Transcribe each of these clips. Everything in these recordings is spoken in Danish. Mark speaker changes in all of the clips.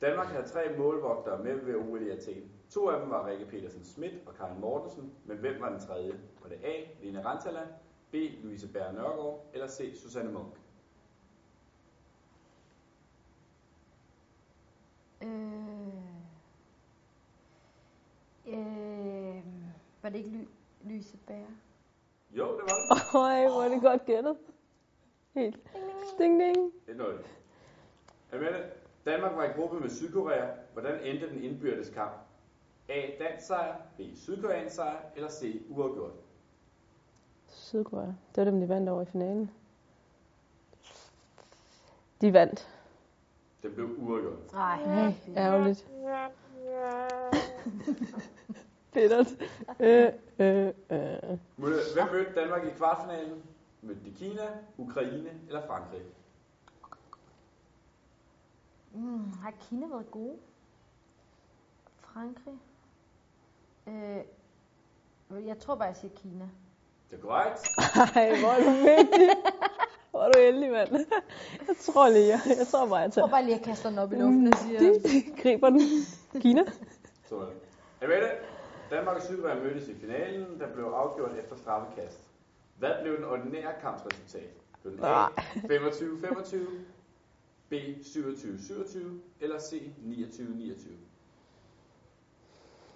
Speaker 1: Danmark havde tre målvogtere med ved OL i Athen. To af dem var Rikke Petersen Schmidt og Karen Mortensen, men hvem var den tredje? Var det A. Lene Rantala, B. Louise Bjerre Nørgaard eller C. Susanne Munk?
Speaker 2: Øh, øh, var det ikke ly, lyse bær?
Speaker 1: Jo, det var det.
Speaker 3: Høj, hvor er det godt gættet. Helt. Ding, ding.
Speaker 1: Det er noget. Er I med det? Danmark var i gruppe med Sydkorea. Hvordan endte den indbyrdes kamp? A. Dansk sejr, B. Sydkoreansk sejr eller C. Uafgjort?
Speaker 3: Sydkorea. Det var dem, de vandt over i finalen. De vandt.
Speaker 1: Det blev uafgjort.
Speaker 2: Nej,
Speaker 3: Ej, ærgerligt. Bittert. Øh, øh, øh.
Speaker 1: Mødte- Hvem mødte Danmark i kvartfinalen? Mødte de Kina, Ukraine eller Frankrig?
Speaker 2: Mm, har Kina været gode? Frankrig? Øh, jeg tror bare, jeg siger Kina.
Speaker 1: Det er korrekt.
Speaker 3: Ej, hvor er du vigtig. Hvor er du heldig, mand. Jeg tror lige, jeg, jeg tror bare, jeg
Speaker 2: Jeg tror
Speaker 3: tager.
Speaker 2: bare lige, jeg kaster den op i luften og siger...
Speaker 3: De griber den. Kina.
Speaker 1: Så er det. Er I med det? Danmark og Sydkorea mødtes i finalen, der blev afgjort efter straffekast. Hvad blev den ordinære kampsresultat? Blev den A
Speaker 3: Nej.
Speaker 1: 25-25, B 27-27 eller C 29-29?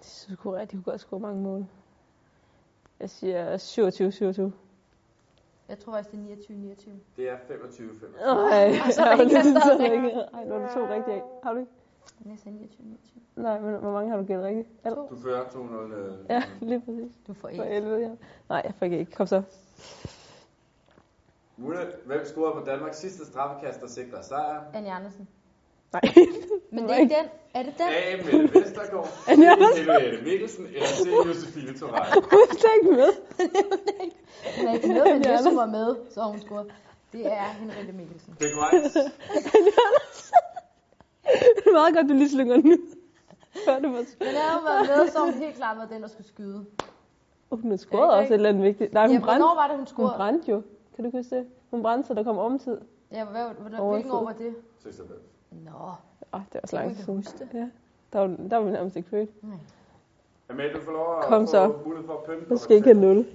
Speaker 3: Sydkorea, de kunne godt score mange mål. Jeg siger 27-27.
Speaker 2: Jeg tror faktisk, det er 29, 29.
Speaker 1: Det er 25-25.
Speaker 3: Ej,
Speaker 2: så er der ikke
Speaker 3: ærgerligt,
Speaker 2: kastet
Speaker 3: så er
Speaker 2: op.
Speaker 3: der ikke. Ej, nu er det to rigtige af. Har du ikke?
Speaker 2: Jeg sagde 29, 29.
Speaker 3: Nej, men hvor mange har du gættet rigtigt? Eller?
Speaker 1: Du fører 200. øh,
Speaker 3: Ja,
Speaker 2: Øhm,
Speaker 3: lige præcis.
Speaker 2: Du får
Speaker 3: For
Speaker 2: ikke.
Speaker 3: 11, ja. Nej, jeg fik ikke. Kom så.
Speaker 1: Mune, hvem scorede på Danmarks sidste straffekast, der sikrer sejr?
Speaker 2: Anja Andersen.
Speaker 3: Nej.
Speaker 2: Men det er ikke den. Er det den?
Speaker 1: A. Mette Vestergaard, B.
Speaker 3: Anja
Speaker 1: Henriette Mikkelsen eller C. Josefine Tourette?
Speaker 3: Hun er slet ikke med.
Speaker 2: Hun er ikke med, men
Speaker 3: Anja
Speaker 2: jeg som var med, så har hun scoret. Det er Henriette Mikkelsen.
Speaker 1: Det er korrekt.
Speaker 3: Det er meget godt, du lige slynger den ud. Før det var
Speaker 2: Men havde hun været med, så har hun helt klart været den, der skulle skyde.
Speaker 3: Oh, hun scorede
Speaker 2: Ja,
Speaker 3: også
Speaker 2: ikke?
Speaker 3: et eller andet vigtigt. Nej, hun
Speaker 2: Ja,
Speaker 3: brændte.
Speaker 2: hvornår var det, hun
Speaker 3: Hun
Speaker 2: scorede?
Speaker 3: brændte jo. Kan du ikke huske det? Hun brændte, så der kom omtid.
Speaker 2: Ja, hvad, hvordan,
Speaker 3: Overfod.
Speaker 2: hvilken år var det?
Speaker 1: 96.
Speaker 2: Nå,
Speaker 3: Åh, oh, det var
Speaker 2: det
Speaker 3: så
Speaker 2: kan
Speaker 3: lang
Speaker 2: jeg
Speaker 3: tid
Speaker 2: ikke
Speaker 3: siden.
Speaker 2: huske det.
Speaker 3: Ja. Der var, der var vi nærmest ikke født.
Speaker 2: Nej.
Speaker 1: Amalie, du får lov at
Speaker 3: Kom
Speaker 1: få
Speaker 3: så.
Speaker 1: mulighed for at pynte
Speaker 3: Nu
Speaker 1: på
Speaker 3: skal jeg ikke have nul.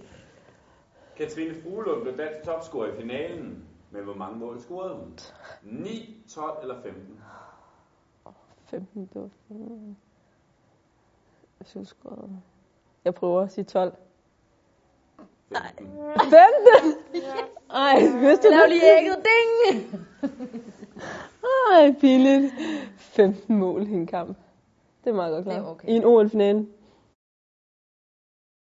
Speaker 1: Katrine Fuglund blev dansk topscorer i finalen. Men hvor mange mål scorede hun? 9, 12 eller 15?
Speaker 3: 15, det var... Mm. Jeg synes godt. Jeg prøver at sige 12.
Speaker 1: 15.
Speaker 3: 15! Ej, vidste du
Speaker 2: Lav
Speaker 3: det?
Speaker 2: lige ægget, ding!
Speaker 3: Ej, pinligt. 15 mål i en kamp. Det er meget godt
Speaker 2: Det er
Speaker 3: klart.
Speaker 2: okay.
Speaker 3: I en OL-finale.